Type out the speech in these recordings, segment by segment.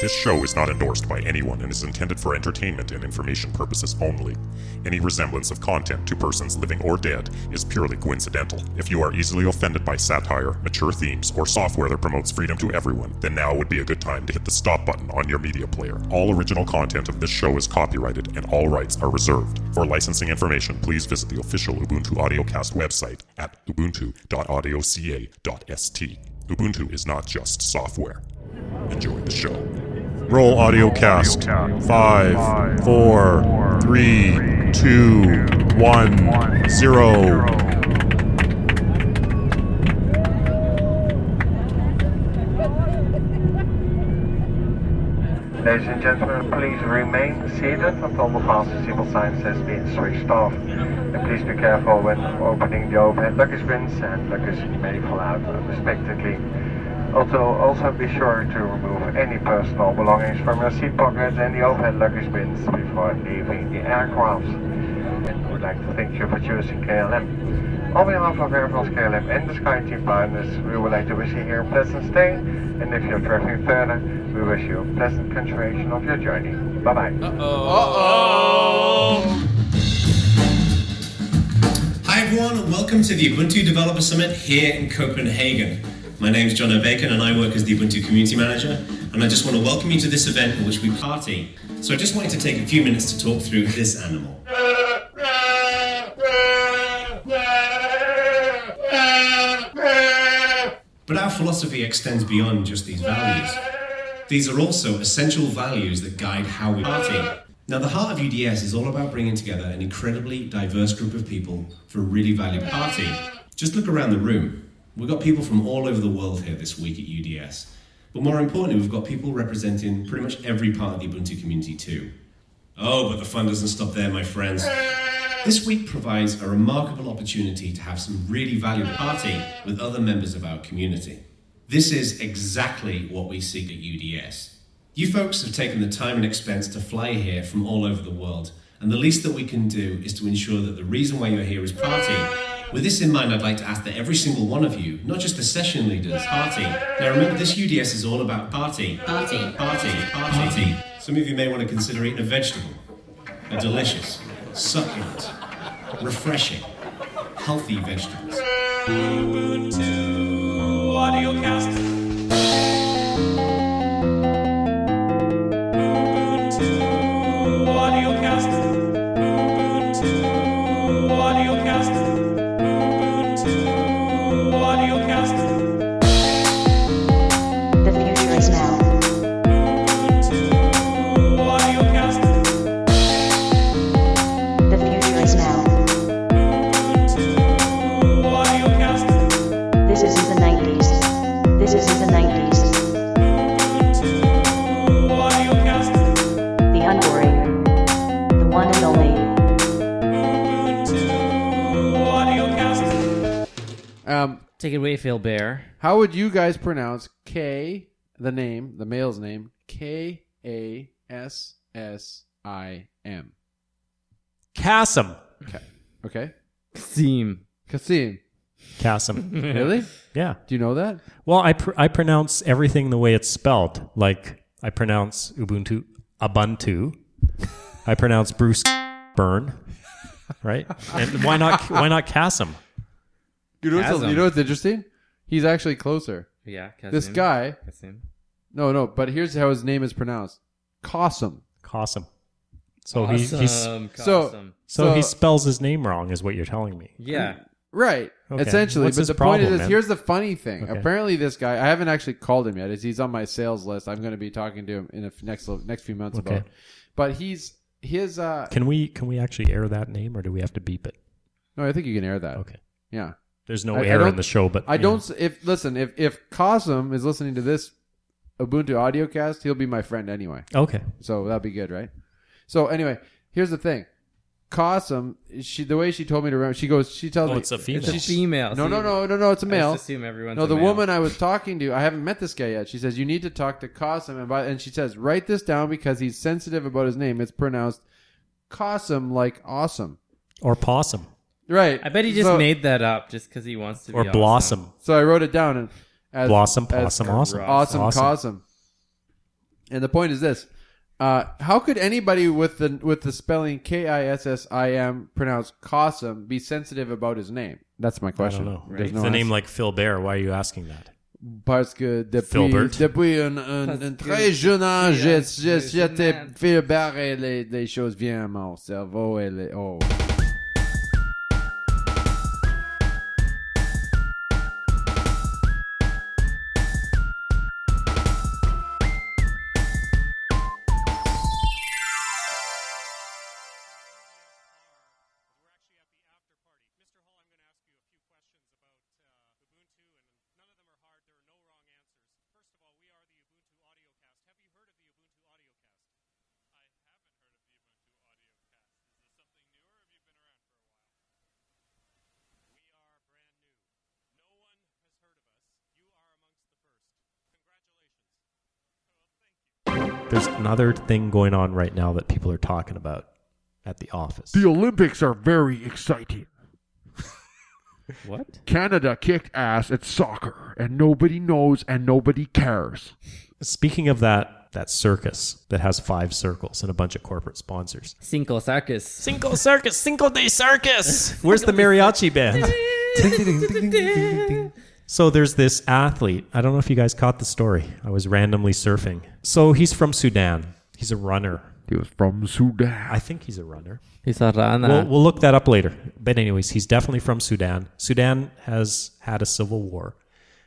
This show is not endorsed by anyone and is intended for entertainment and information purposes only. Any resemblance of content to persons living or dead is purely coincidental. If you are easily offended by satire, mature themes, or software that promotes freedom to everyone, then now would be a good time to hit the stop button on your media player. All original content of this show is copyrighted and all rights are reserved. For licensing information, please visit the official Ubuntu Audiocast website at ubuntu.audioca.st. Ubuntu is not just software. Enjoy the show. Roll audio cast. Five, four, three, two, one, zero. Ladies and gentlemen, please remain seated until the pharmaceutical science has been switched off. And please be careful when opening the overhead luggage bins and luggage may fall out uh, respectively. Also, also be sure to remove any personal belongings from your seat pockets and the overhead luggage bins before leaving the aircraft. And we'd like to thank you for choosing KLM. On behalf of Air France KLM and the Sky Team partners, we would like to wish you here a pleasant stay. And if you're traveling further, we wish you a pleasant continuation of your journey. Bye bye. Hi everyone, and welcome to the Ubuntu Developer Summit here in Copenhagen. My name is John O'Bacon and I work as the Ubuntu Community Manager, and I just want to welcome you to this event in which we party. So I just wanted to take a few minutes to talk through this animal. But our philosophy extends beyond just these values. These are also essential values that guide how we party. Now, the heart of UDS is all about bringing together an incredibly diverse group of people for a really valuable party. Just look around the room. We've got people from all over the world here this week at UDS. But more importantly, we've got people representing pretty much every part of the Ubuntu community, too. Oh, but the fun doesn't stop there, my friends. This week provides a remarkable opportunity to have some really valuable party with other members of our community. This is exactly what we seek at UDS. You folks have taken the time and expense to fly here from all over the world, and the least that we can do is to ensure that the reason why you're here is party. With this in mind, I'd like to ask that every single one of you, not just the session leaders, party. Now remember, this UDS is all about party. Party. Party. Party. party. Some of you may want to consider eating a vegetable are delicious, succulent, refreshing, healthy vegetables. The future is now. The future is now. This is the 90s. This is the 90s. The unboring. The one and only. Um, Take it away, Phil Bear. how would you guys pronounce K, the name, the male's name, K A S S I M? Cassim. Okay, Theme. Kasim. Cassim. Really? yeah. Do you know that? Well, I pr- I pronounce everything the way it's spelled. Like I pronounce Ubuntu Ubuntu. I pronounce Bruce Burn. Right? And why not why not Cassim? You know, what's, Chasm. you know what's interesting? He's actually closer. Yeah, This guy. No, no. But here's how his name is pronounced: Cossum. Cossum. So he he's So- so, So- he spells his name wrong is what you're telling me. yeah, Right. Okay. Essentially. What's but his the problem, point is, this, man? here's the funny thing. Okay. Apparently, this guy, I haven't actually called him yet. Is He's on my sales list. I'm going to be talking to him in the f- next little- next few months Okay. about. But he's his. uh Can we can we actually air that name or do we have to beep it? No, I think you can air that. Okay. Yeah. There's no I- I air don't- in the show, but I you don't. know. s If listen, if if Cosm is listening to this Ubuntu audiocast, he'll be my friend anyway. Okay. So that'd be good, right? So anyway, here's the thing. Cosm, she the way she told me to remember, she goes, she tells Oh, me it's a female. it's a she's- female. No, so no, you- no, no, no. It's a I male. just assume everyone's no, a the male. woman I was talking to, I haven't met this guy yet. She says you need to talk to Cosm about, and she says write this down because he's sensitive about his name. It's pronounced Cosm like awesome, Or possum. right? I bet he just So- made that up just because he wants to be Or blossom. So I wrote it down and as, Blossom, as possum, awesome. awesome, Awesome. awesome, And the point is this: uh, how could anybody with the with the spelling K I S S I M pronounced Cossum be sensitive about his name? That's my I don't question. know. There's It's no a name answer. like Phil Bear. Why are you asking that? Parce que depuis, Philbert. depuis un, un, un très jeune âge, Yeah, j'ai- c'est j'étais mad. Philbert et les, les choses viennent à mon cerveau et les... Oh. There's another thing going on right now that people are talking about at the office. The Olympics are very exciting. What? Canada kicked ass at soccer, and nobody knows and nobody cares. Speaking of that, that circus that has five circles and a bunch of corporate sponsors. Cinco Sacus. Cinco Circus, Cinco Day Circus. Where's the mariachi band? So there's this athlete. I don't know if you guys caught the story. I was randomly surfing. So he's from Sudan. He's a runner. He was from Sudan. I think he's a runner. He's a rana. We'll, we'll look that up later. But anyways, he's definitely from Sudan. Sudan has had a civil war,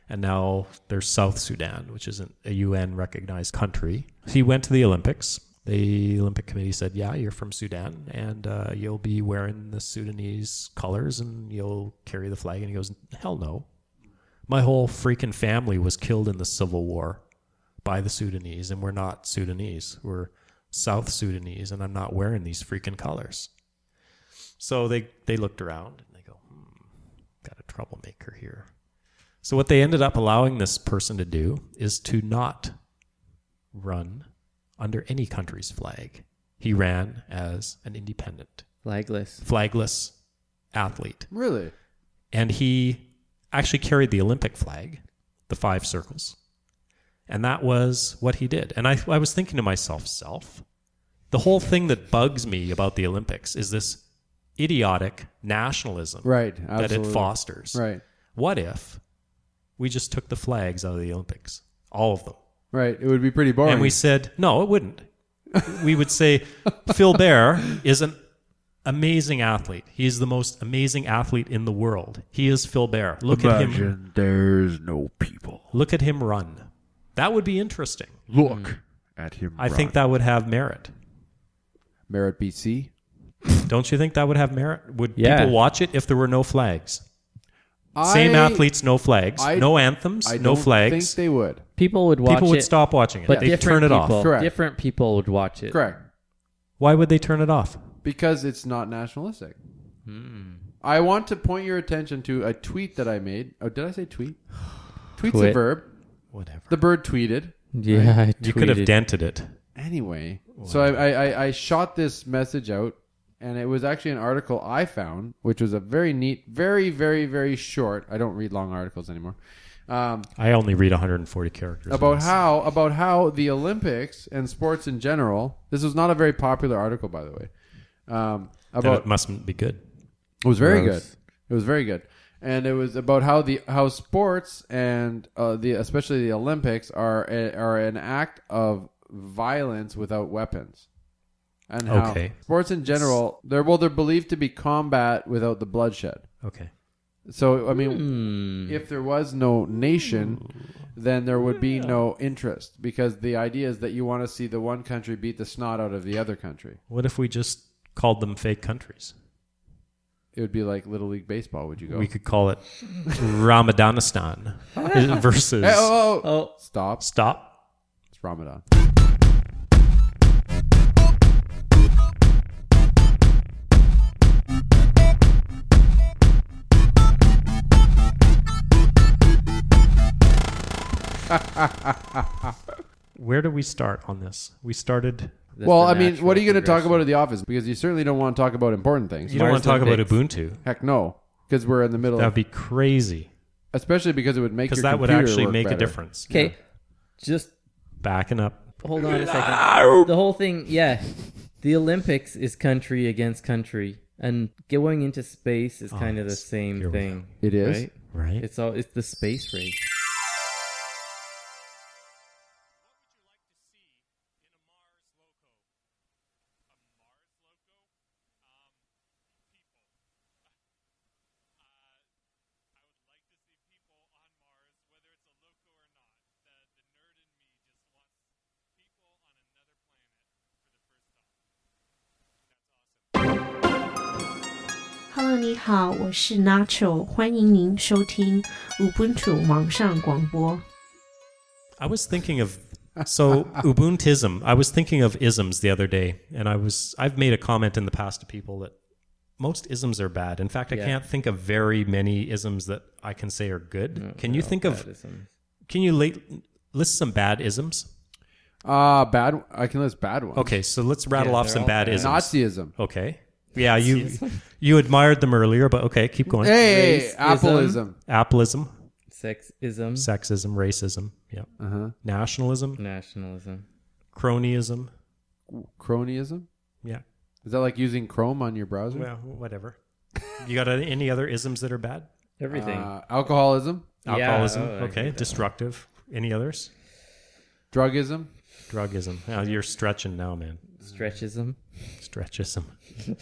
and now there's South Sudan, which isn't a UN recognized country. He went to the Olympics. The Olympic Committee said, "Yeah, you're from Sudan, and uh, you'll be wearing the Sudanese colors, and you'll carry the flag." And he goes, "Hell no! My whole freaking family was killed in the civil war by the Sudanese, and we're not Sudanese. We're South Sudanese, and I'm not wearing these freaking colors." So they they looked around and they go, hmm, got a troublemaker here. So what they ended up allowing this person to do is to not run under any country's flag. He ran as an independent, Flagless. flagless athlete. Really? And he actually carried the Olympic flag, the five circles. And that was what he did. And I, I was thinking to myself, self, the whole thing that bugs me about the Olympics is this idiotic nationalism Right, that it absolutely. fosters. Right. What if we just took the flags out of the Olympics, all of them? Right. It would be pretty boring. And we said, no, it wouldn't. we would say, Phil Bear is an amazing athlete. He is the most amazing athlete in the world. He is Phil Bear. Look at him. Imagine there's no people. Look at him run. That would be interesting. Look at him. Mm. I think that would have merit. Merit BC. Don't you think that would have merit? Would Yeah. people watch it if there were no flags? Same I- athletes, no flags, I- no anthems, I no don't flags. think they would. People would watch people would it, stop watching it. but They'd different turn it people- off. Correct. Different people would watch it. Correct. Why would they turn it off? Because it's not nationalistic. I want to point your attention to a tweet that I made. Oh, did I say tweet? Tweet's a Twit. verb. Whatever. The bird tweeted. Yeah, I you could have tweeted. dented it. Anyway, so I, I, I, I shot this message out, and it was actually an article I found, which was a very neat, very, very, very short. I don't read long articles anymore. Um, I only read 140 characters. about Yes. how about how the Olympics and sports in general. This was not a very popular article, by the way. Um, Then about it mustn't be good. It was very Gross. good. It was very good, and it was about how the how sports and uh, the especially the Olympics are a, are an act of violence without weapons, and how Okay. sports in general they're well they're believed to be combat without the bloodshed. Okay. So I mean, if there was no nation, then there would be no interest because the idea is that you want to see the one country beat the snot out of the other country. What if we just called them fake countries? It would be like Little League Baseball. Would you go? We could call it Ramadanistan versus Hey, oh, oh, Oh, stop! Stop. It's Ramadan. Where do we start on this? We started. that's well, the I mean, natural what are you going to talk progression. about at the office? Because you certainly don't want to talk about important things. You don't want Where's to talk the about fix? Ubuntu. Heck no, because we're in the middle. That would Of, be crazy especially because it would make your because that would computer actually work make a better. difference. Okay. Just Backing up. hold on a second. The whole thing, yeah. The Olympics is country against country, and going into space is kind of the Oh, it's- same here we thing. It is? Right? Right. It's all it's the space race. Hello，你好，我是 Nacho，欢迎您收听 Ubuntu 网上广播。 I was thinking of so Ubuntism. I was thinking of isms the other day, and I was I've made a comment in the past to people that most isms are bad. In fact, I Yeah. can't think of very many isms that I can say are good. No, can you no, think that of? isn't- Can you late, list some bad isms? Ah, Uh bad. I can list bad ones. Okay, so let's rattle Yeah, off they're some all bad bad. isms. Nazism. Okay. Yeah, you you admired them earlier, but okay, keep going. Hey, Racism. Appleism. Appleism, sexism, sexism, racism, yeah, Uh-huh. nationalism, nationalism. cronyism, Cronyism. yeah, Is that like using Chrome on your browser? well, whatever. You got any any other isms that are bad? Everything. Uh, alcoholism, Yeah, Alcoholism, oh, I agree okay, with that. destructive. Any others? drugism. Drugism. Oh, you're stretching now, man. Stretchism. Stretchism.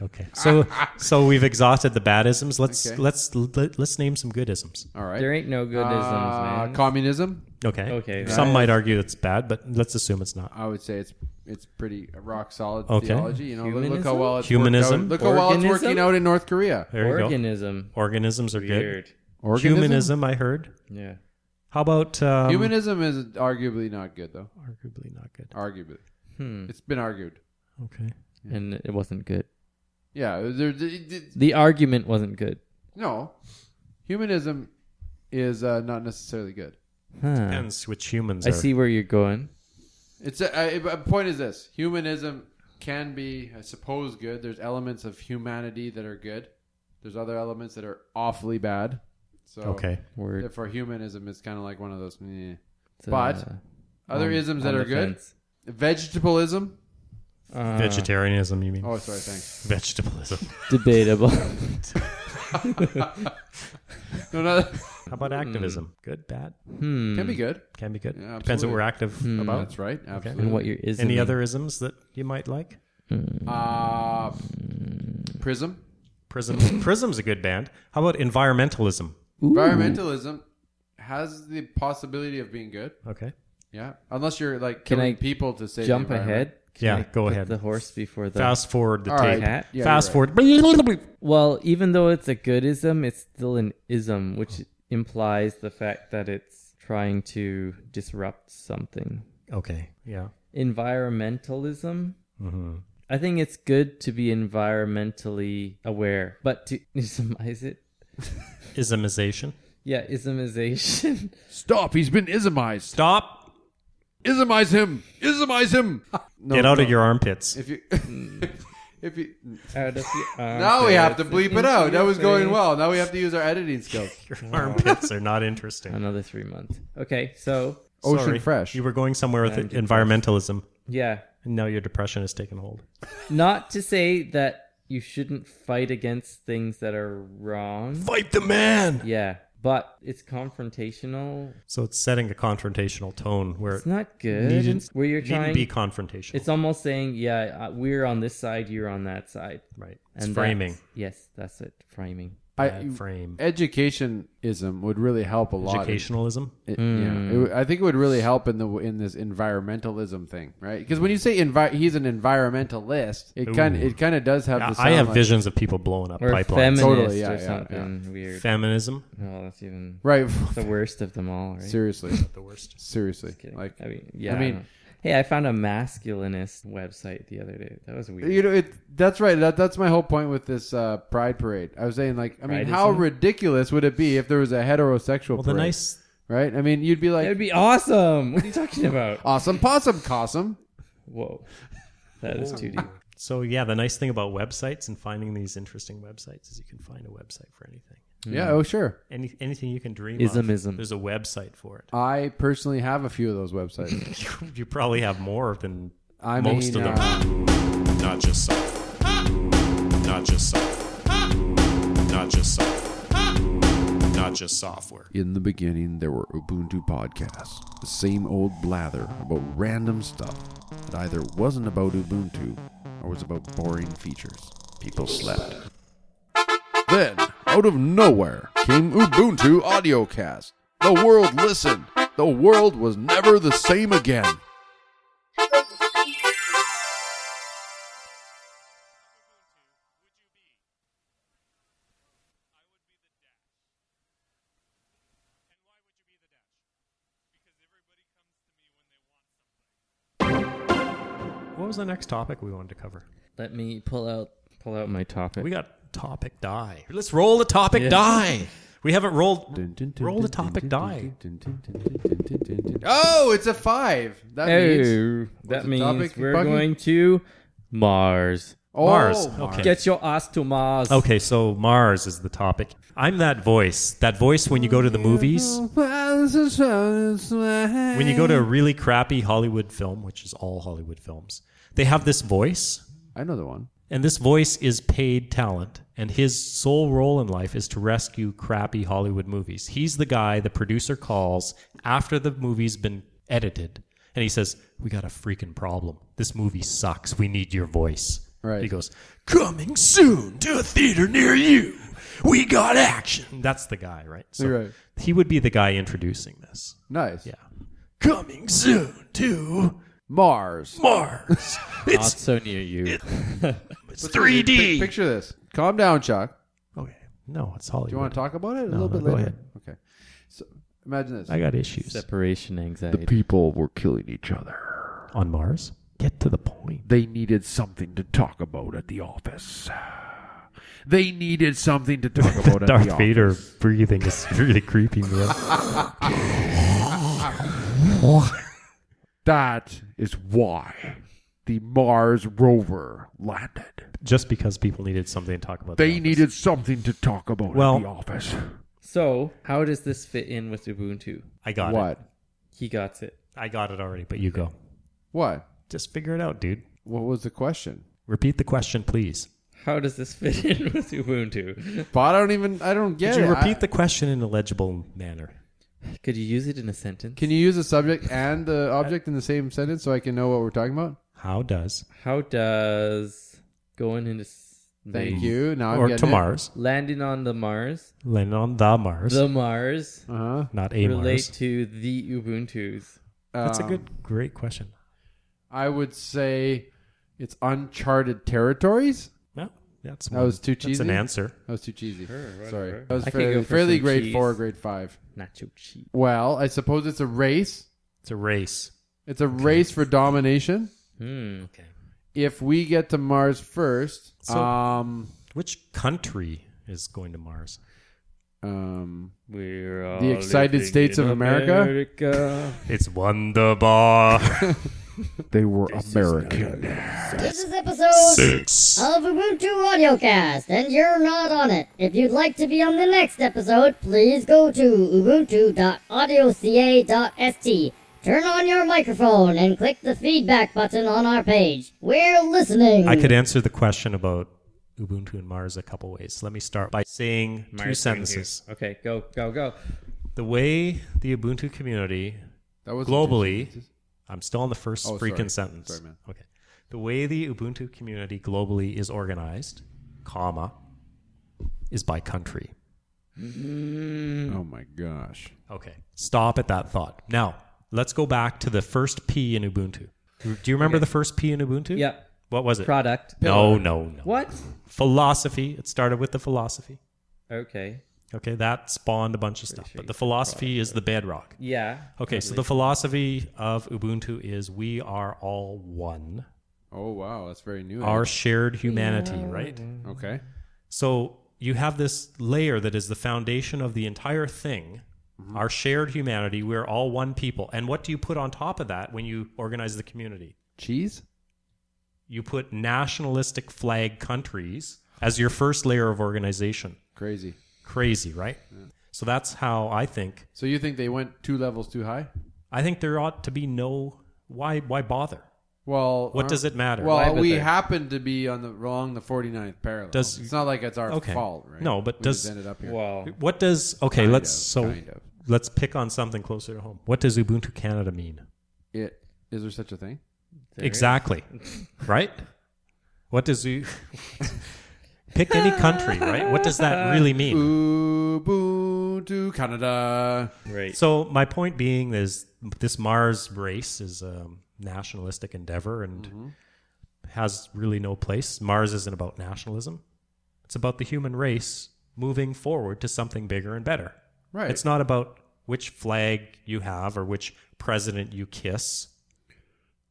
Okay, so so we've exhausted the bad isms. Let's Okay. let's let, let's name some good isms. All right. There ain't no good isms, Uh, man. communism. Okay. Okay, Some right. might argue it's bad, but let's assume it's not. I would say it's it's pretty rock solid Okay. theology. You know, look- look how Humanism? well it's Humanism? Worked out. Look how well it's Organism? working out in North Korea. There you go. Organism. Organisms are Weird. good. Organism? Humanism, I heard. Yeah. How about um, Humanism is arguably not good though. Arguably not good. Arguably, Hmm. it's been argued. Okay. And it wasn't good. Yeah. there- there- there- The argument wasn't good. no, humanism is uh, not necessarily good. Huh. Depends which humans I are. see where you're going. It's a, I- a point is this: humanism can be, I suppose, good. There's elements of humanity that are good. There's other elements that are awfully bad. So Okay. Word. therefore, humanism is kind of like one of those. meh. It's, uh, but Other on- isms that on the are good: fence. vegetabilism. Uh, Vegetarianism, you mean? Oh, sorry, thanks. Vegetabilism. Debatable. No, no, How about activism? Good, bad? hmm. Oh, can be good. Can be good. Hmm. Yeah, Depends what absolutely. Hmm. we're active about. That's right. Absolutely. And what your ism? Any other isms that you might like? Uh, Hmm. prism. Prism. Prism's a good band. How about environmentalism? Environmentalism has the possibility of being good. Okay. Yeah, unless you're like Can killing I people to save the Jump environment. ahead. Can Yeah, I go put ahead. The horse before the Fast forward the All tape. right. cat. Yeah, Fast you're forward. Well, even though it's a good ism, it's still an ism, which implies the fact that it's trying to disrupt something. Okay. Yeah. Environmentalism. Mm-hmm. I think it's good to be environmentally aware, but to ismize it, Ismization. yeah, ismization. Stop! He's been ismized. Stop. Ismize him! Ismize him! No, Get out no. of your armpits. If you, if you, Out of the now we have to armpits bleep it into out. That your was going face. well. Now we have to use our editing skills. Your armpits are not interesting. Another three months. Okay, so Ocean Sorry. Fresh. You were going somewhere with I'm depressed. environmentalism, yeah, and now your depression has taken hold. not to say that you shouldn't fight against things that are wrong. Fight the man! Yeah, but it's confrontational. So it's setting a confrontational tone where It's it not good. needn't, where you're needn't trying, be confrontational. it's almost saying, "Yeah, uh, we're on this side, you're on that side." right. It's that's- framing. Yes, that's it. Framing. I, Bad frame. educationism would really help a lot. in- Educationalism. It, Hmm. Yeah, it would- I think it would really help in the in this environmentalism thing, right? Because when you say envi- he's an environmentalist, it kind Ooh. it kind of does have. I- the I sound have like- visions of people blowing up Or pipelines. feminist Totally, yeah, or yeah, something weird. Feminism. no, that's even right? the worst of them all, right? Seriously, The worst. seriously, Kidding. like I mean, yeah. mean- don't- hey, I found a masculinist website the other day. That was weird. you know, it. That's right. That, that's my whole point with this uh, pride parade. I was saying, like, I mean, how Prideism? ridiculous would it be if there was a heterosexual Well, the parade, nice. right? I mean, you'd be that like, would be awesome. What are you talking about? awesome possum, possum. Whoa, that is too deep. So yeah, the nice thing about websites and finding these interesting websites is you can find a website for anything. Yeah, oh sure. Any anything you can dream of. Ism-ism. There's a website for it. I personally have a few of those websites. you probably have more than I most mean, of them. uh, Not just soft. Not just soft. Not just soft. Not just software. In the beginning, there were Ubuntu podcasts, the same old blather about random stuff that either wasn't about Ubuntu or was about boring features. People slept. Then, out of nowhere, came Ubuntu Audiocast. The world listened. The world was never the same again. What was the next topic we wanted to cover? Let me pull out pull out my topic. We got topic die. Let's roll the topic Yeah. die. We haven't rolled. dun, dun, dun, roll the dun, topic dun, die. dun, dun, dun, dun, dun, dun, dun, dun. Oh, it's a five. That means Oh, What's that the means topic, we're Bucky? going to Mars. oh, Mars. Okay. Get your ass to Mars. Okay, so Mars is the topic. I'm that voice. That voice when you go to the movies, when When you go to a really crappy Hollywood film, which is all Hollywood films, they have this voice, I know the one. and this voice is paid talent, and his sole role in life is to rescue crappy Hollywood movies. He's the guy the producer calls after the movie's been edited, and he says, "We got a freaking problem. This movie sucks. We need your voice." Right. He goes, "Coming soon to a theater near you. We got action." That's the guy, right? So Right. he would be the guy introducing this. Nice. Yeah. Coming soon to Mars. Mars. Not It's so near you. it's 3D. Pic- picture this. Calm down, Chuck. Okay. No, it's Hollywood. Do you want to talk about it a little no, bit go later? ahead. Okay. So imagine this. I got issues. Separation The anxiety. people were killing each other. On Mars? Get to the point. They needed something to talk about at the office. They needed something to talk about at the Darth office. Vader breathing is really creepy, man. That is why the Mars rover landed. Just because people needed something to talk about. They the office. needed something to talk about Well- at the office. So, how does this fit in with Ubuntu? I got it. what? He got it. I got it already, but you go. What? Just figure it out, dude. What was the question? Repeat the question, please. How does this fit in with Ubuntu? But I don't even. I don't get Could you it. repeat I- the question in a legible manner? Could you use it in a sentence? Can you use the subject and the object in the same sentence so I can know what we're talking about? How does How does going into s- Thank space- you. Now I'm or getting to it. Mars? landing on the Mars, Land on the Mars, the Mars Uh-huh. not a relate Mars. to the Ubuntu's? That's a Um, good, great question. I would say it's uncharted territories. No, that's That was too That's an cheesy? answer. That was too cheesy. Sorry, that was I could fairly, go for fairly some grade cheese. four, grade five. Nacho cheese. Well, I suppose it's a race. It's a race. It's a race for domination. Hmm. Okay. If we get to Mars first, So- um, Which country is going to Mars? um, We're all The Excited living States in of America? America. It's Wonderbar. They were American. This is episode Six. of Ubuntu Audiocast, and you're not on it. If you'd like to be on the next episode, please go to ubuntu.audioca.st. Turn on your microphone and click the feedback button on our page. We're listening. I could answer the question about Ubuntu and Mars a couple ways. Let me start by saying two Mars going to- sentences. Okay, go, go, go. The way the Ubuntu community that was globally, I'm still on the first Oh, freaking sorry. sentence. Sorry, man. Okay. The way the Ubuntu community globally is organized, comma, is by country. Mm. Oh my gosh! Okay. Stop at that thought. Now, let's go back to the first P in Ubuntu. Do you remember the first P in Ubuntu? Yep. What was it? Product. No, no, no. What? Philosophy. It started with the philosophy. Okay. Okay, that spawned a bunch of stuff. But the philosophy is the bedrock. Yeah. Okay, so the philosophy of Ubuntu is we are all one. Oh wow, that's very new. Our shared humanity, right? okay, So you have this layer that is the foundation of the entire thing. Our shared humanity, we're all one people. And what do you put on top of that when you organize the community? cheese. you put nationalistic flag countries as your first layer of organization. Crazy. Crazy, right? So that's how I think. So you think they went two levels too high? I think there ought to be no why why bother? Well, What uh, does it matter? Well, Why we bother? happen to be on the along the 49th parallel. Does- it's not like it's our okay. fault, right? No, but we does just ended up here? What does okay? Kind let's of, so kind of. let's pick on something closer to home. What does Ubuntu Canada mean? It is there such a thing? exactly, right? What does you pick any country? Right? What does that really mean? Ubuntu Canada. Right. So my point being is this Mars race is a nationalistic endeavor and has really no place. Mars isn't about nationalism. It's about the human race moving forward to something bigger and better. Right. It's not about which flag you have or which president you kiss.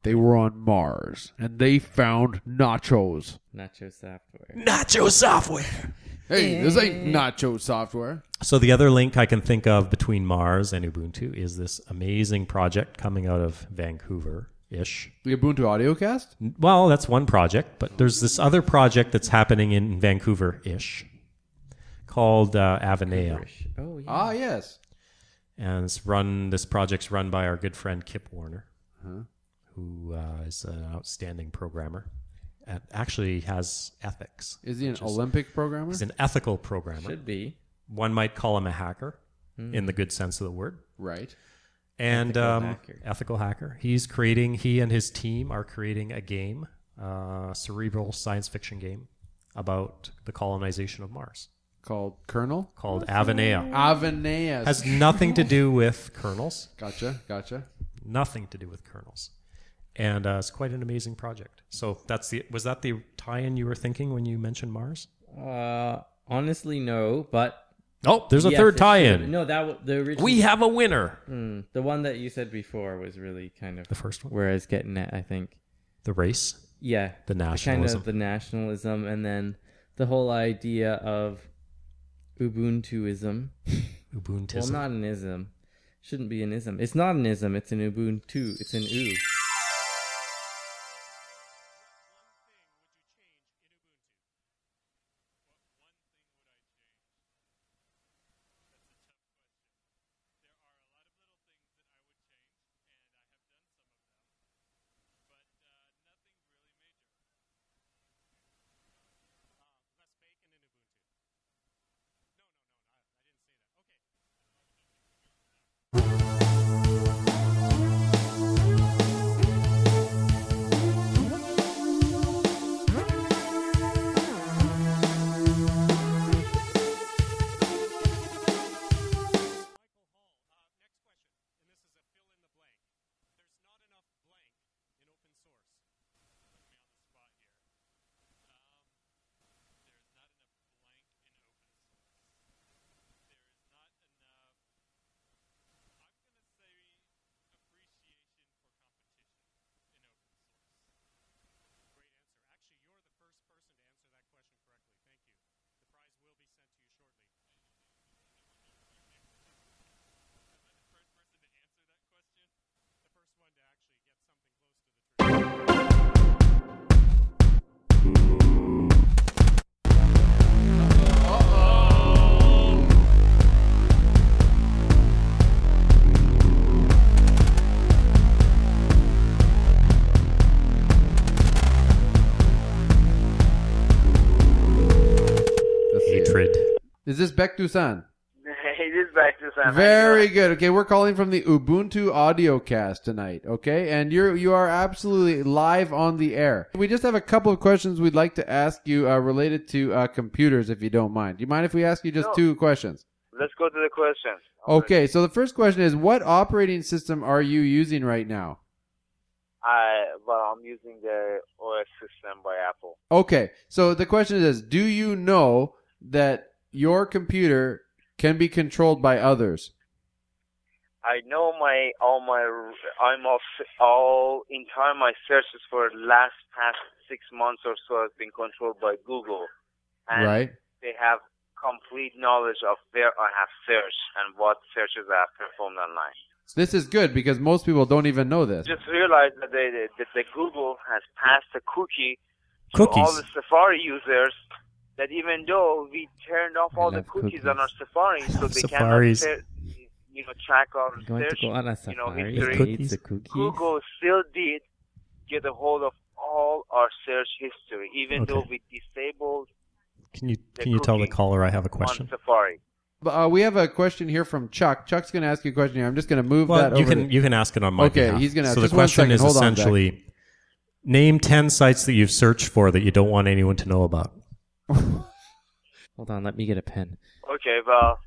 They were on Mars and they found nachos. Nacho software. Nacho software. Hey, this ain't nacho software. So the other link I can think of between Mars and Ubuntu is this amazing project coming out of Vancouver ish. The Ubuntu Audiocast. Well, that's one project, but there's this other project that's happening in Vancouver ish called uh, Avenea. Oh yeah. Ah, yes. And it's run, this project's run by our good friend Kip Warner, Uh-huh. who uh, is an outstanding programmer. And actually has ethics. Is he an which Olympic programmer? He's an ethical programmer. Should be. Hmm. One might call him a hacker in the good sense of the word. Right. and Ethical um, hacker. ethical hacker. He's creating. He and his team are creating a game, uh, cerebral science fiction game about the colonization of Mars Called Colonel called Avenea. Aveneas. Has nothing to do with kernels. gotcha, gotcha. Nothing to do with kernels. And uh, it's quite an amazing project. So that's the was that the tie-in you were thinking when you mentioned Mars? Uh, honestly, no. But Oh, there's a Yeah, third for sure. tie-in. No, that w- the original. We have a winner. Mm, the one that you said before was really kind of The first one, where I was getting at. I think. the race, Yeah. the Kind nationalism. of the nationalism, and then the whole idea of Ubuntuism. Ubuntu. Well, not an ism. Shouldn't be an ism. It's not an ism. It's an Ubuntu. It's an oo. Let's see it. hatred. Is this Beck Dusan? Hey, this is back to Sam. Very good. Okay, we're calling from the Ubuntu Audiocast tonight. Okay, and you're you are absolutely live on the air. We just have a couple of questions we'd like to ask you uh, related to uh, computers, if you don't mind. Do you mind if we ask you just No. two questions? Let's go to the questions. Okay, so the first question is, what operating system are you using right now? I well, I'm using the OS system by Apple. Okay, so the question is, do you know that your computer can be controlled by others? I know my all my I'm off all entire my searches for last past six months or so has been controlled by Google, and Right. they have complete knowledge of where I have searched and what searches I have performed online. This is good because most people don't even know this. Just realized that, they, that the Google has passed a cookie to all Cookies. the Safari users. That even though we turned off all the cookies, on our Safari, so they Safaris. cannot, tra- you know, track our Going to search, go on a you know, safari history. and eat the cookies? Google still did get a hold of all our search history, even Okay. though we disabled Can you can you tell the caller I have a question? Safari. But, uh, we have a question here from Chuck. Chuck's going to ask you a question here. I'm just going to move Well, that. you over can to- you can ask it on my Okay, behalf. he's going to. So the question is essentially, name ten sites that you've searched for that you don't want anyone to know about. Hold on, let me get a pen. Okay, well,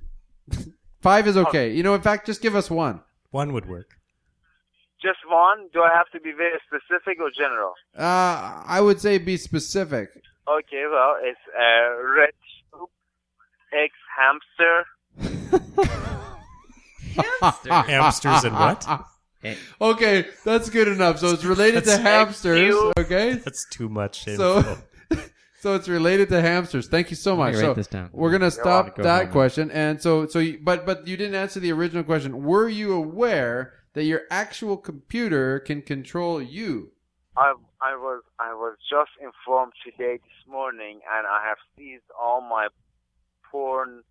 five Oh. is okay. You know, in fact, just give us one. One would work. just one. Do I have to be very specific or general? Uh, I would say be specific. Okay, well, it's uh, red soup, eggs, hamster. Hamsters and what? okay, that's good enough. So it's related to That's- hamsters. Thank you. Okay, that's too much. So, info. so it's related to hamsters. Thank you so Let much. me so write this down. we're gonna You're stop welcome. Go that home. question. And so, so, you, but, but you didn't answer the original question. Were you aware that your actual computer can control you? I I was I was just informed today this morning, and I have ceased all my porn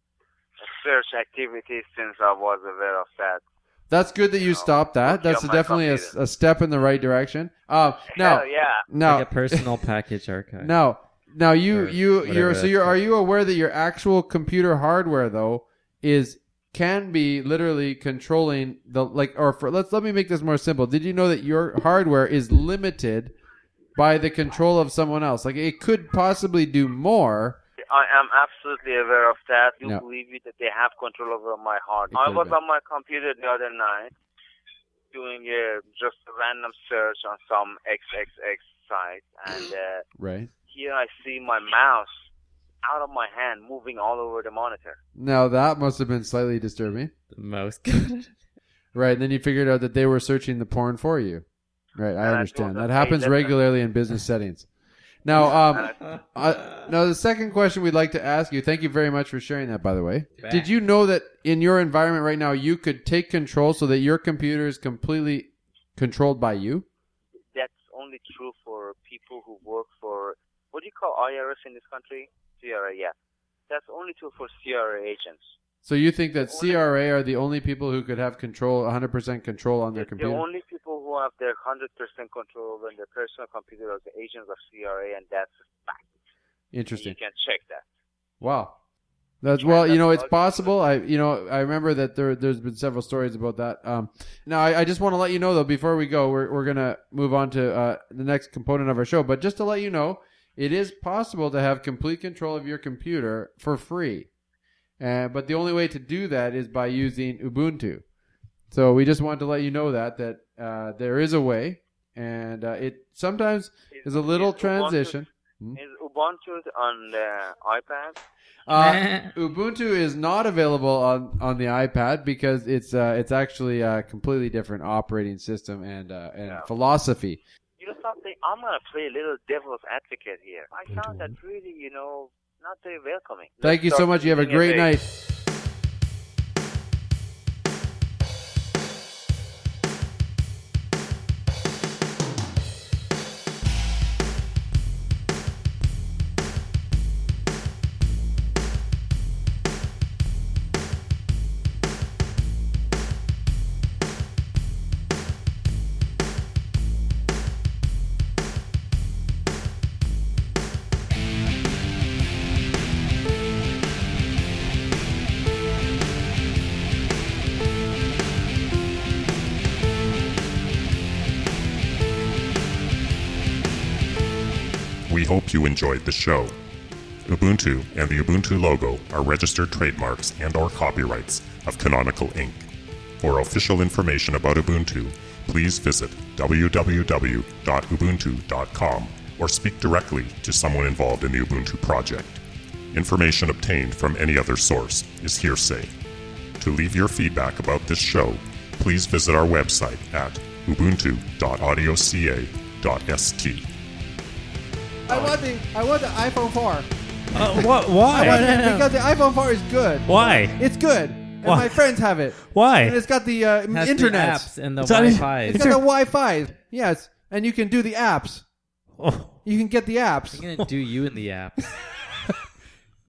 search activities since I was aware of that. That's good that you stopped that. That's on my definitely a, a step in the right direction. Uh, now, Hell yeah. now, Like a personal package archive. Now, now you Or you whatever you're so that's you're are you aware that your actual computer hardware though is can be literally controlling the like or for let's let me make this more simple. Did you know that your hardware is limited by the control of someone else? Like it could possibly do more. I am absolutely aware of that. You No. believe me that they have control over my heart. It I could was be. on my computer the other night doing a, just a random search on some XXX site, and uh, Right. here I see my mouse out of my hand moving all over the monitor. Now that must have been slightly disturbing. The most. Uh, Right, and then you figured out that they were searching the porn for you. Right, I understand. That happens that's- regularly in business settings. Now, um, uh, now the second question we'd like to ask you. Thank you very much for sharing that. By the way, Back. did you know that in your environment right now you could take control so that your computer is completely controlled by you? That's only true for people who work for what do you call IRS in this country? CRA, yeah. That's only true for CRA agents. So you think that CRA are the only people who could have control, 100% control on their The computer? only people who have their 100% control over their personal computer are the agents of CRA, and that's a fact. Interesting. You can check that. Wow. That's well, you know, it's possible. I, you know, I remember that there, there's been several stories about that. Um, now I, I just want to let you know though, before we go, we're, we're gonna move on to uh, the next component of our show. But just to let you know, it is possible to have complete control of your computer for free. Uh, but the only way to do that is by using Ubuntu. So we just wanted to let you know that that uh, there is a way, and uh, it sometimes is a little transition. Hmm? Is Ubuntu on the iPad? Uh, Ubuntu is not available on, on the iPad because it's uh, it's actually a completely different operating system and uh, and philosophy. You know something? I'm going to play a little devil's advocate here. I found that really, you know, not very welcoming. Thank you so much. You have a great night. We hope you enjoyed the show. Ubuntu and the Ubuntu logo are registered trademarks and or copyrights of Canonical Inc. For official information about Ubuntu, please visit www.ubuntu.com or speak directly to someone involved in the Ubuntu project. Information obtained from any other source is hearsay. To leave your feedback about this show, please visit our website at ubuntu.audioca.st. I want the I want the iPhone 4. Uh, wha- why? I want it because the iPhone 4 is good. Why? It's good. And Why? my friends have it. Why? And it's got the uh, Has the internet apps and the It's not- Wi-Fi. It's got the Wi-Fi. Yes, and you can do the apps. You can get the apps. I'm gonna do you in the app.